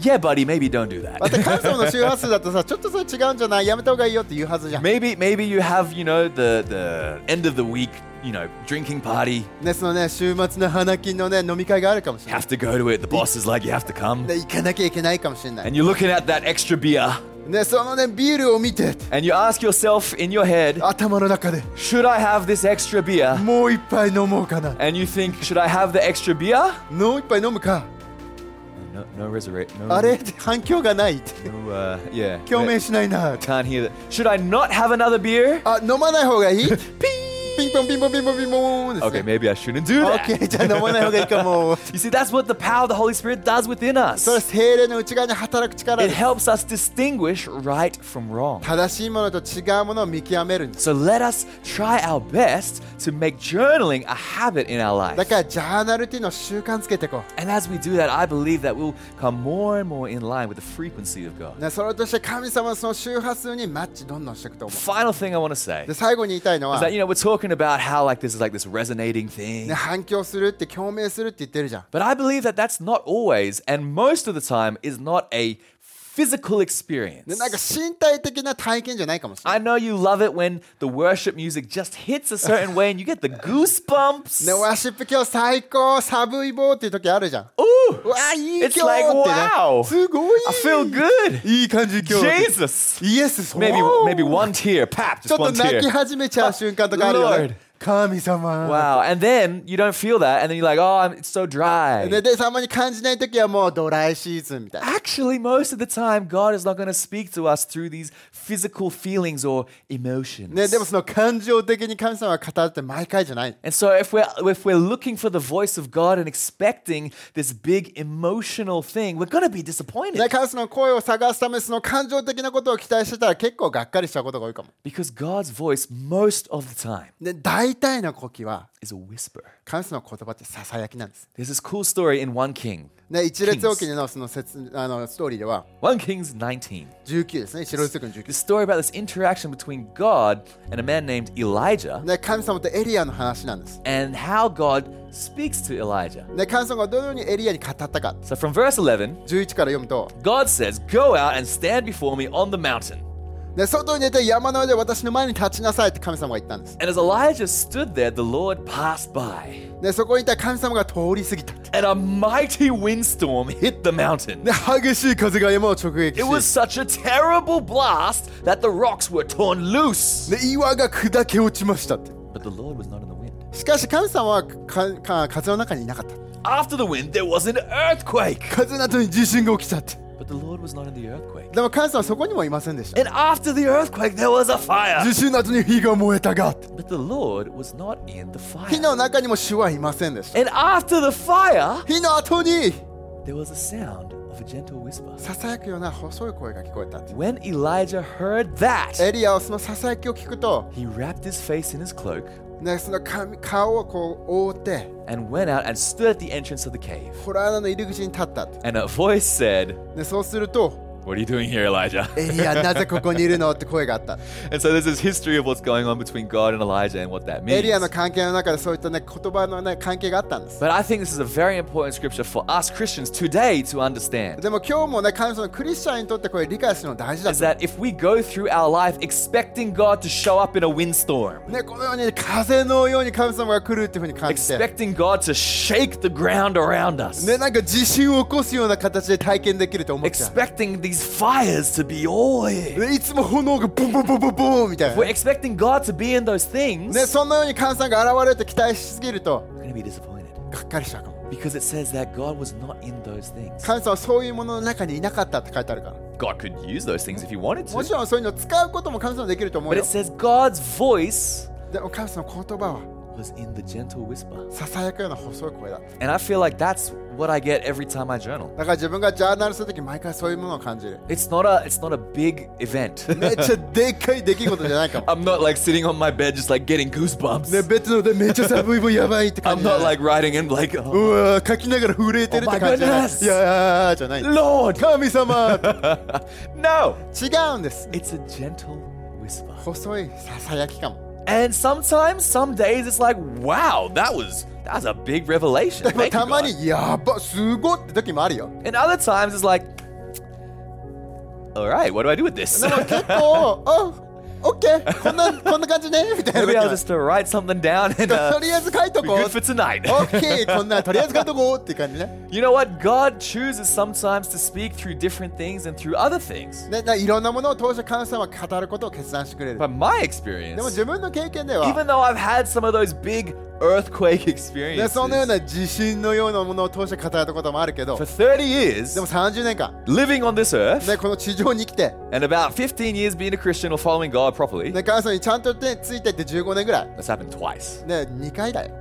Speaker 1: yeah, buddy, maybe don't do
Speaker 2: だっ
Speaker 1: that.
Speaker 2: て神様の周波数だとさちょっとそれ違うんじゃないやめた方がいいよって言うはずじゃん
Speaker 1: Maybe maybe you have, you know, the the end of the week, you know, drinking party,
Speaker 2: ねそのね週末の花金のね飲み会があるかもしれない
Speaker 1: have to go to it. The boss is like, you have to come.
Speaker 2: ね行かなきゃいけないかもしれない
Speaker 1: And you're looking at that extra beer
Speaker 2: ねそのねビールを見て
Speaker 1: and you ask yourself in your head,
Speaker 2: 頭の中で
Speaker 1: should I have this extra beer?
Speaker 2: もう一杯飲もうかな
Speaker 1: And you think, should I have the extra beer?
Speaker 2: もう一杯飲むか
Speaker 1: No, no resurrect. No,
Speaker 2: あれ反響がないって。
Speaker 1: no, uh, yeah.
Speaker 2: 共鳴しないな。
Speaker 1: Can't hear that. Should I not have another beer?
Speaker 2: あ、飲まない方がいいピンポンピンポンピンポンピンポンです
Speaker 1: Okay,
Speaker 2: ね。
Speaker 1: maybe I shouldn't do
Speaker 2: オ
Speaker 1: that.
Speaker 2: ッケー、じゃあ飲まない方がいいかも。
Speaker 1: You see, that's what the power of the Holy Spirit does within
Speaker 2: それ
Speaker 1: us.
Speaker 2: 精霊の内側に働く力
Speaker 1: It
Speaker 2: です
Speaker 1: helps us distinguish right from wrong.
Speaker 2: 正しいものと違うものを見極めるんです。
Speaker 1: So let us try our best to make journaling a habit in
Speaker 2: だ
Speaker 1: our life.
Speaker 2: からジャーナルっていうのを習慣つけていこ
Speaker 1: And as we do that, I believe that we'll come more and more in line with the frequency of
Speaker 2: う。
Speaker 1: God.
Speaker 2: ね、それとして神様のその周波数にマッチどんどんしていくと思
Speaker 1: Final thing I want to
Speaker 2: う。
Speaker 1: say
Speaker 2: で、最後に言いたいの
Speaker 1: is
Speaker 2: は、
Speaker 1: that,
Speaker 2: ね、
Speaker 1: you know, we're talking about how like this is like this resonating thing.
Speaker 2: 反響するって共鳴するって言ってるじゃん。
Speaker 1: But I believe that that's not always, and most of the time, is not a physical
Speaker 2: で、なんか
Speaker 1: experience.
Speaker 2: 身体的な体験じゃないかもしれない
Speaker 1: I know you love it when the worship music just hits a certain way and you get the
Speaker 2: ね、
Speaker 1: goosebumps.
Speaker 2: ワーシップ今日最高寒い棒っていう時あるじゃん。う
Speaker 1: Ooh,
Speaker 2: わ、いい今日
Speaker 1: It's
Speaker 2: って
Speaker 1: like,
Speaker 2: ね。
Speaker 1: wow.
Speaker 2: すごい
Speaker 1: I feel good.
Speaker 2: いい感じ今日。
Speaker 1: Jesus.
Speaker 2: イエス、そう
Speaker 1: Maybe maybe one tear, pap,
Speaker 2: ちょ
Speaker 1: just
Speaker 2: っと
Speaker 1: one
Speaker 2: 泣き
Speaker 1: tear.
Speaker 2: 始めちゃう瞬間とかあるよ、ね。神様。
Speaker 1: Wow. And then you don't feel that, and then you're like, oh, I'm, it's so
Speaker 2: で
Speaker 1: dry.
Speaker 2: で、たまに感じない時はもうドライシーズンみたいな。
Speaker 1: Actually, most of the time, God is not going to speak to us through these physical feelings or emotions.
Speaker 2: ね、でもその感情的に神様は語るって毎回じゃない。
Speaker 1: And so if we're if we're looking for the voice of God and expecting this big emotional thing, we're gonna be
Speaker 2: ね、
Speaker 1: disappointed
Speaker 2: 神様の声を探すため、その感情的なことを期待してたら結構がっかりしたことが多いかも。
Speaker 1: because God's voice most of the time
Speaker 2: で、大体の時は、
Speaker 1: is a whisper.
Speaker 2: 神様の言葉ってささやきなんです。
Speaker 1: There's this cool story in 1 King,
Speaker 2: ね、一列おきのその説あのストーリーでは、
Speaker 1: 1 Kings 19.
Speaker 2: 19ですね、白いの19
Speaker 1: This story about this interaction between God and a man named Elijah
Speaker 2: ね、神様とエリアの話なんです。
Speaker 1: and how God speaks to Elijah.
Speaker 2: ね、神様がどのようにエリアに語ったか、
Speaker 1: So from verse 11,
Speaker 2: 11から読むと、
Speaker 1: God says, "Go out and stand before me on the mountain."
Speaker 2: ね、外に出て山の上で私の前に立ちなさいって神様が言ったんです。
Speaker 1: And as Elijah stood there, the Lord passed by.
Speaker 2: ね、そこにいた神様が通り過ぎたって。
Speaker 1: and a mighty windstorm hit the mountain.
Speaker 2: ね、激しい風が山を直撃
Speaker 1: It was
Speaker 2: し、
Speaker 1: such a terrible blast that the rocks were torn loose.
Speaker 2: ね、岩が砕け落ちましたって。
Speaker 1: But the Lord was not in the wind.
Speaker 2: しかし神様はかか風の中にいなかった。
Speaker 1: After the wind, there was an earthquake.
Speaker 2: 風の後に地震が起きたって。
Speaker 1: But the Lord was not in the earthquake.
Speaker 2: でも神様はそこにもいませんでした。
Speaker 1: And after the earthquake, there was a fire.
Speaker 2: 地震の後に火が燃えたがって。
Speaker 1: But the Lord was not in the fire.
Speaker 2: 火の中にも主はいませんでした。
Speaker 1: And after the fire,
Speaker 2: 火の後に
Speaker 1: there was a sound of a gentle whisper.
Speaker 2: ささやくような細い声が聞こえたって。
Speaker 1: When Elijah heard that,
Speaker 2: エリアはそのささやきを聞くと、
Speaker 1: he wrapped his face in his cloak
Speaker 2: ね、その髪顔をこう覆って、
Speaker 1: and went out and stood at the entrance of the cave.
Speaker 2: ホラー穴の入り口に立ったって。
Speaker 1: And a voice said,
Speaker 2: でそうすると、
Speaker 1: What are you doing here, Elijah?
Speaker 2: エリア なぜここにいるのって声があった
Speaker 1: and so there's this history of what's going on between God and Elijah and what that
Speaker 2: エ
Speaker 1: means.
Speaker 2: リアの関係の中でそういったね言葉のね関係があったんです
Speaker 1: But I think this is a very important scripture for us Christians today to understand.
Speaker 2: でも今日もね彼女のクリスチャンにとってこれ理解するの大事だ
Speaker 1: Is that if we go through our life expecting God to show up in a windstorm,
Speaker 2: ね、このように風のように神様が来るっていうふうに感じて、ね、
Speaker 1: expecting God to shake the ground around us,
Speaker 2: なんか地震を起こすような形で体験できると思っちゃう
Speaker 1: expecting these fires to be all here.
Speaker 2: ねいつも炎がボンボンボンボンボンみたいな、
Speaker 1: We're expecting God to be in those things.
Speaker 2: ね、そんなように神様が現れて期待しすぎると
Speaker 1: We're going to be disappointed
Speaker 2: がっかりしちゃうかも
Speaker 1: because it says that God was not in those things.
Speaker 2: 神様はそういうものの中にいなかったって書いてあるから
Speaker 1: God could use those things if He wanted
Speaker 2: もち
Speaker 1: to.
Speaker 2: ろんそういうのを使うことも神様はできると思う
Speaker 1: But
Speaker 2: よ
Speaker 1: it says God's voice
Speaker 2: でも神様の言葉は
Speaker 1: was in the gentle whisper.
Speaker 2: ささやくような細い声だった
Speaker 1: And I feel like that's what I get every time I journal.
Speaker 2: だから自分がジャーナルするとき毎回そういうものを感じる
Speaker 1: It's not a it's not a big event.
Speaker 2: めっちゃでっかい出来事じゃないかも
Speaker 1: I'm not like sitting on my bed just like getting
Speaker 2: ね
Speaker 1: goosebumps.
Speaker 2: ベッドの上でめっちゃ寒いもんやばいって感
Speaker 1: I'm
Speaker 2: じじゃ
Speaker 1: not
Speaker 2: ない
Speaker 1: like writing in like,
Speaker 2: う
Speaker 1: oh,
Speaker 2: わー書きながら震えてるって感じじゃない
Speaker 1: Oh my goodness
Speaker 2: いやーじゃない
Speaker 1: Lord.
Speaker 2: 神 様
Speaker 1: No,
Speaker 2: 違うんです
Speaker 1: it's a gentle whisper.
Speaker 2: 細いささやきかも
Speaker 1: And sometimes, some days, it's like, wow, that was that was a big revelation.
Speaker 2: でも
Speaker 1: Thank you,
Speaker 2: たま
Speaker 1: God.
Speaker 2: にやばすごって時もあるよ
Speaker 1: And other times, it's like, all right, what do I do with this?
Speaker 2: でも結構あオッケーこん なこんな感じねみたいな
Speaker 1: Maybe
Speaker 2: 時
Speaker 1: I'll
Speaker 2: も
Speaker 1: just uh, write something down and
Speaker 2: と
Speaker 1: uh,
Speaker 2: りあえず書いと
Speaker 1: be
Speaker 2: こう
Speaker 1: good for tonight.
Speaker 2: オッケーこんなとりあえず書いとこうって感じね
Speaker 1: you know what? God chooses sometimes to speak through different things and through other things.
Speaker 2: ねないろんなものを通して神様は語ることを決断してくれる
Speaker 1: But my
Speaker 2: でも
Speaker 1: experience,
Speaker 2: 自分の経験では
Speaker 1: even though I've had some of those big earthquake
Speaker 2: ね、
Speaker 1: experiences
Speaker 2: そのような地震のようなものを通して語られたこともあるけど
Speaker 1: for 30 years,
Speaker 2: でも30年間、
Speaker 1: living on this earth,
Speaker 2: ね、この地上に来て、
Speaker 1: and about 15 years being a Christian or following God properly,
Speaker 2: ね、神様にちゃんとねついていって15年ぐらい、
Speaker 1: that's happened twice.
Speaker 2: ね、2回だよ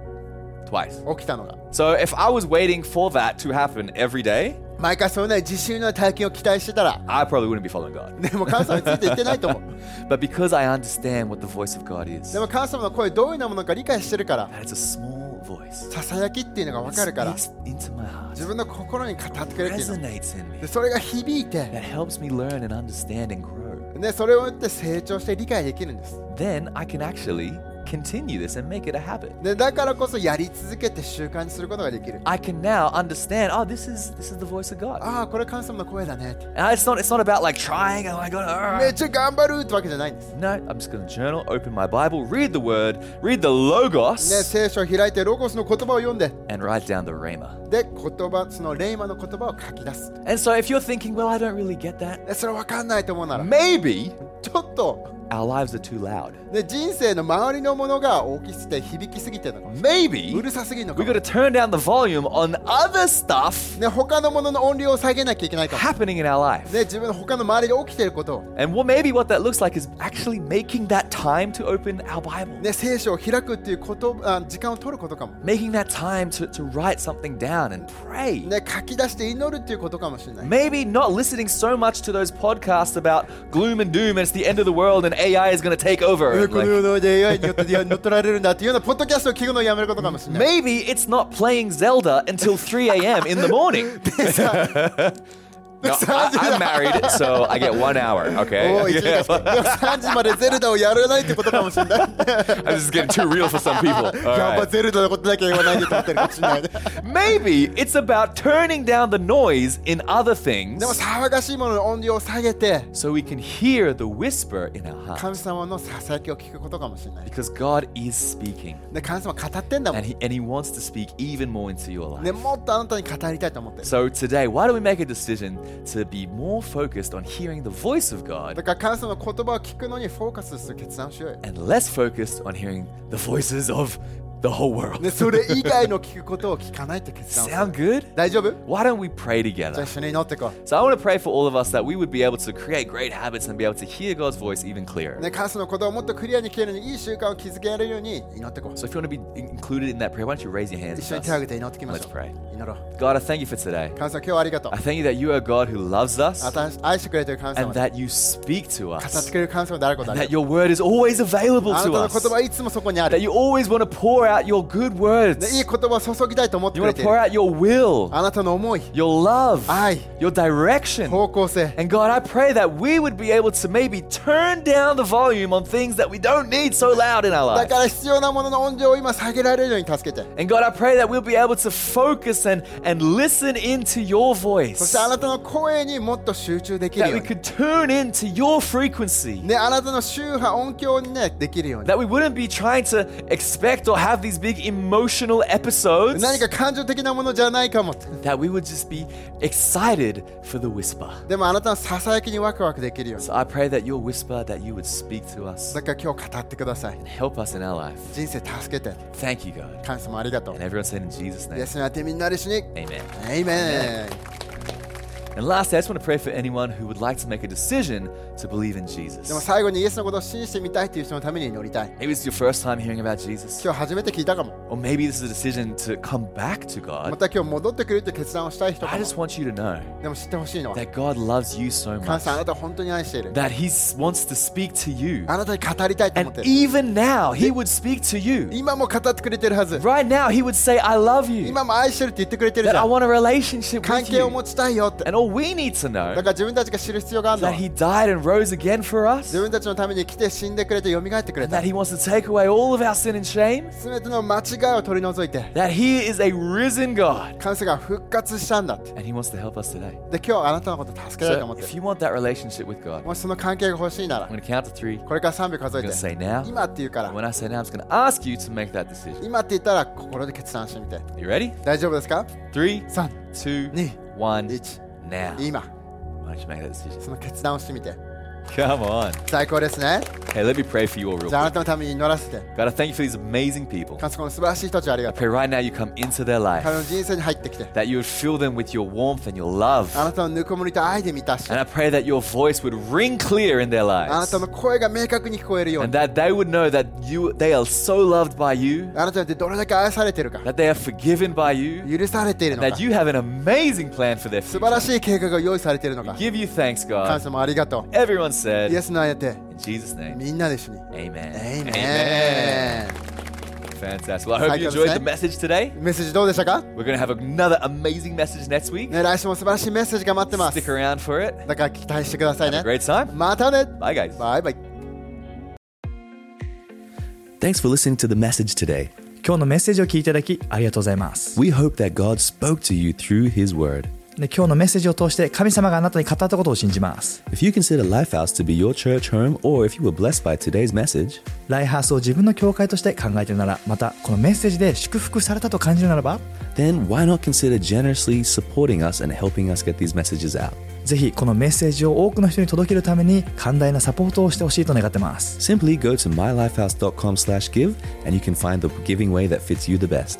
Speaker 1: Twice.
Speaker 2: 起きたのが
Speaker 1: So if I was waiting for that to happen every day,
Speaker 2: 毎回そういうね地震の体験を期待してたら
Speaker 1: I probably wouldn't be following God.
Speaker 2: でも神様についていってないと思う
Speaker 1: But because I understand what the voice of God is,
Speaker 2: でも神様の声どういうようなものか理解してるから
Speaker 1: that it's a small voice.
Speaker 2: ささやきっていうのが分かるから
Speaker 1: speaks into my heart,
Speaker 2: 自分の心に語ってくれるっていうの
Speaker 1: resonates in me,
Speaker 2: でそれが響いて
Speaker 1: that、helps me learn and understand and grow.
Speaker 2: ね、それをって成長して理解できるんです
Speaker 1: Then I can actually continue this and make it a habit.
Speaker 2: でだからこそやり続けて習慣にすることができる
Speaker 1: I can now understand, oh, this is this is the voice of God.
Speaker 2: ああこれ神様の声だねって
Speaker 1: And it's not it's not about like trying, oh my god. ah.
Speaker 2: めっちゃ頑張るってわけじゃないんです、ね、
Speaker 1: No, I'm just gonna journal, open my Bible, read the word, read the logos,
Speaker 2: 聖書を開いてロゴスの言葉を読んで
Speaker 1: and write down the rhema.
Speaker 2: で言葉そのレイマの言葉を書き出す
Speaker 1: And so if you're thinking, well, I don't really get that,
Speaker 2: でそれ分かんないと思うなら
Speaker 1: maybe
Speaker 2: ちょっと、
Speaker 1: our lives are too loud.
Speaker 2: ね、人生の周りのものが大きすぎて響きすぎてるのかも
Speaker 1: Maybe
Speaker 2: うるさすぎるのか
Speaker 1: we
Speaker 2: も
Speaker 1: gotta turn down the volume on other stuff
Speaker 2: ね、他のものの音量を下げなきゃいけないかも
Speaker 1: happening in our life.
Speaker 2: ね、自分の他の周りで起きていることを、
Speaker 1: And well, maybe what that looks like is actually making that time to open our Bible,
Speaker 2: ね、聖書を開くっていうことあ時間を取ることかも、
Speaker 1: making that time to, to write something down and pray.
Speaker 2: ね、書き出して祈るっていうことかもしれない、
Speaker 1: Maybe not listening so much to those podcasts about gloom and doom and it's the end of the world and AI is going to take over.
Speaker 2: ね
Speaker 1: and,
Speaker 2: この
Speaker 1: like,
Speaker 2: 世の AI によって乗っ取られるんだっていうようなポッドキャストを聞くのをやめることかもしれない
Speaker 1: Maybe it's not playing Zelda until 3 a.m. in the morning. No, I, I'm married, so I get one hour,
Speaker 2: お
Speaker 1: okay?
Speaker 2: い1
Speaker 1: Yeah,
Speaker 2: 時間3時までゼルダをやらないってことかもしれ ない。
Speaker 1: this is getting too real for some people. All
Speaker 2: やっぱ
Speaker 1: right.
Speaker 2: ゼルダのことだけ言わないでと思ってるかもしれ ないね。
Speaker 1: Maybe it's about turning down the noise in other things
Speaker 2: でも騒がしいものの音量を下げて、
Speaker 1: so we can hear the whisper in our heart.
Speaker 2: 神様のささやきを聞くことかもしれない。
Speaker 1: Because God is speaking
Speaker 2: で神様語ってんだもん
Speaker 1: and。he, and he wants to speak even more into your
Speaker 2: ね、
Speaker 1: life.
Speaker 2: もっとあなたに語りたいと思ってる。
Speaker 1: So today, why do we make a decision to be more focused on hearing the voice of
Speaker 2: だ
Speaker 1: God
Speaker 2: から神様の言葉を聞くのにフォーカスする決断をしようよ。
Speaker 1: and less focused on hearing the voices of the whole world?
Speaker 2: ね、それ以外の聞くことを聞かないって決 断をする。
Speaker 1: Sound good?
Speaker 2: 大丈夫じ
Speaker 1: Why don't we pray
Speaker 2: ゃあ
Speaker 1: together?
Speaker 2: 一緒に祈ってこ
Speaker 1: So I want to pray for all of us that we would be able to create great habits and be able to hear God's voice even
Speaker 2: う。
Speaker 1: clearer.
Speaker 2: ね、神様の言葉をもっとクリアに聞けるようにいい習慣を築けられるように祈ってこう。
Speaker 1: So if you want to be in- included in that prayer, why don't you raise your
Speaker 2: 一
Speaker 1: hands?
Speaker 2: 緒に
Speaker 1: with
Speaker 2: 手を挙げ
Speaker 1: us?
Speaker 2: て祈ってきましょ
Speaker 1: Let's
Speaker 2: う
Speaker 1: pray.。
Speaker 2: 祈ろう。
Speaker 1: God, I thank you for today.
Speaker 2: 神様今日はありがとう
Speaker 1: I。thank you that you are a God who loves us
Speaker 2: あた愛してくれてる神様
Speaker 1: and
Speaker 2: だ
Speaker 1: that you speak to
Speaker 2: 語って
Speaker 1: us.
Speaker 2: くれる神様であること
Speaker 1: And
Speaker 2: ある
Speaker 1: that your word is always
Speaker 2: あ
Speaker 1: available
Speaker 2: なた
Speaker 1: to
Speaker 2: の言葉
Speaker 1: us.
Speaker 2: はいつもそこにあ
Speaker 1: That
Speaker 2: る
Speaker 1: you always want to pour pour out your good
Speaker 2: ねいい
Speaker 1: words.
Speaker 2: 言葉を注ぎたいと思ってく
Speaker 1: You
Speaker 2: れ
Speaker 1: want to
Speaker 2: ている
Speaker 1: pour out your will,
Speaker 2: あなたの思い
Speaker 1: your love,
Speaker 2: Aye.
Speaker 1: your direction.
Speaker 2: 方向性
Speaker 1: And God, I pray that we would be able to maybe turn down the volume on things that we don't need so loud in our
Speaker 2: だ
Speaker 1: lives.
Speaker 2: から必要なものの音量を今下げられるように助けて
Speaker 1: And God, I pray that we'll be able to focus and, and listen into your
Speaker 2: そし
Speaker 1: voice.
Speaker 2: てあなたの声にもっと集中できる
Speaker 1: That
Speaker 2: よう
Speaker 1: we
Speaker 2: に
Speaker 1: could tune into your frequency.
Speaker 2: ねあなたの周波音響にねできるように
Speaker 1: That we wouldn't be trying to expect or have these big emotional episodes.
Speaker 2: 何か感情的なものじゃないかも
Speaker 1: That we would just be excited for the whisper.
Speaker 2: でもあなたのささやきにワクワクできるように
Speaker 1: So I pray that your whisper, that you would speak to us
Speaker 2: だから今日語ってください
Speaker 1: and help us in our life.
Speaker 2: 人生助けて
Speaker 1: Thank you, God.
Speaker 2: 神様ありがとう
Speaker 1: And everyone said in Jesus'
Speaker 2: イエ
Speaker 1: name,
Speaker 2: スにあてみんなりしに
Speaker 1: Amen.
Speaker 2: エイメン
Speaker 1: And lastly, I just want to pray for anyone who would like to make a decision to believe in
Speaker 2: でも
Speaker 1: Jesus.
Speaker 2: 最後にイエスのことを信じてみたいという人のために祈りたい
Speaker 1: Maybe it's your first time hearing about Jesus,
Speaker 2: 今日初めて聞いたかも
Speaker 1: or maybe this is a decision to come back to
Speaker 2: ま
Speaker 1: God.
Speaker 2: た今日戻ってくるという決断をしたい人か
Speaker 1: I
Speaker 2: も
Speaker 1: just want you to know
Speaker 2: でも知ってほしいのは
Speaker 1: that God loves you so
Speaker 2: 神
Speaker 1: much
Speaker 2: 様あなたを本当に愛している
Speaker 1: that He s- wants to speak to you.
Speaker 2: あなたに語りたいと思っ
Speaker 1: And
Speaker 2: てる
Speaker 1: even now, He would speak to you.
Speaker 2: 今も語ってくれてるはず
Speaker 1: Right now, He would say, I love you,
Speaker 2: 今も愛してるって言ってくれてるじ
Speaker 1: that
Speaker 2: ゃ
Speaker 1: I
Speaker 2: ん
Speaker 1: want a relationship
Speaker 2: 関
Speaker 1: with
Speaker 2: 係を
Speaker 1: you.
Speaker 2: 持ちたいよってだ
Speaker 1: And all we need to
Speaker 2: から
Speaker 1: know
Speaker 2: 自分たちが知る必要があ
Speaker 1: is
Speaker 2: るの
Speaker 1: that He died and rose again for us,
Speaker 2: 自
Speaker 1: and
Speaker 2: 分たちのために来て死んでくれて蘇ってくれた
Speaker 1: that He wants to take away all of our sin and shame,
Speaker 2: 全ての間違いを取り除いて
Speaker 1: that He is a risen God,
Speaker 2: 神様が復活したんだってで
Speaker 1: and He wants to help us today.
Speaker 2: 今日あなたのこと助けたいと思
Speaker 1: So
Speaker 2: ってる
Speaker 1: if you want that relationship with God, I'm
Speaker 2: もしその関係が欲しいなら
Speaker 1: going to count to three. I'm
Speaker 2: これから3秒数え
Speaker 1: going to say
Speaker 2: て
Speaker 1: now.
Speaker 2: 今って言うから
Speaker 1: And when I say now, I'm just going to ask you to make that decision.
Speaker 2: 今って言ったら心で決断してみて
Speaker 1: You ready?
Speaker 2: 大丈夫ですか
Speaker 1: Three,
Speaker 2: 3
Speaker 1: two,
Speaker 2: Ni.
Speaker 1: one,
Speaker 2: Ich.
Speaker 1: now.
Speaker 2: 今
Speaker 1: Why don't you make that decision?
Speaker 2: その決断をしてみて
Speaker 1: Come on.
Speaker 2: 最高ですね
Speaker 1: Hey, let me pray for you all real
Speaker 2: じゃああな
Speaker 1: quick.
Speaker 2: たのために祈らせて
Speaker 1: God, I thank you for these amazing people.
Speaker 2: 神様この素晴らしい人たちをありが
Speaker 1: I
Speaker 2: とう
Speaker 1: pray right now you come into
Speaker 2: 彼
Speaker 1: their
Speaker 2: の
Speaker 1: life,
Speaker 2: 人生に入ってきて
Speaker 1: that you would fill them with your warmth and your love.
Speaker 2: あなたのぬくもりと愛で満たし
Speaker 1: And
Speaker 2: あ
Speaker 1: I pray that your voice would ring clear in their
Speaker 2: な
Speaker 1: lives.
Speaker 2: たの声が明確に聞こえるよう
Speaker 1: And
Speaker 2: に
Speaker 1: that they would know that you they are so loved by you,
Speaker 2: あなたによってどれだけ愛されてるか
Speaker 1: that they are forgiven by you,
Speaker 2: 許されているのか
Speaker 1: that
Speaker 2: 素
Speaker 1: you have an amazing plan for their
Speaker 2: 晴
Speaker 1: future.
Speaker 2: らしい計画が用意されているのか
Speaker 1: Give you thanks,
Speaker 2: 神
Speaker 1: God.
Speaker 2: 様ありがと
Speaker 1: Everyone
Speaker 2: うイエ
Speaker 1: said,
Speaker 2: スのあえて
Speaker 1: in Jesus' name,
Speaker 2: みんなで一緒に
Speaker 1: Amen.
Speaker 2: エイメン
Speaker 1: Fantastic. Well, I hope you
Speaker 2: Thank you,
Speaker 1: enjoyed the
Speaker 2: thank-
Speaker 1: message today.
Speaker 2: メッセージどうでしたか、ね、
Speaker 1: We're going to have another amazing message next week.
Speaker 2: 来週も素晴らしいメッセージが待ってます
Speaker 1: Stick around for it.
Speaker 2: だから期待してください
Speaker 1: Have a
Speaker 2: ね
Speaker 1: great time.
Speaker 2: またね
Speaker 1: Bye, guys.
Speaker 2: バイバイ
Speaker 3: Thanks for listening to the message today.
Speaker 4: 今日のメッセージを聞いていただきありがとうございます
Speaker 3: We hope that God spoke to you through His Word.
Speaker 4: で今日のメッセージを通して神様があなたに語ったことを信じます
Speaker 3: If you consider Lifehouse to be your church home, or if you were blessed by today's message,
Speaker 4: ライハースを自分の教会として考えているならまたこのメッセージで祝福されたと感じるならば
Speaker 3: then why not consider generously supporting us and helping us get these messages out?
Speaker 4: ぜひこのメッセージを多くの人に届けるために寛大なサポートをしてほしいと願ってます
Speaker 3: Simply go to mylifehouse.com/give and you can find the giving way that fits you the best.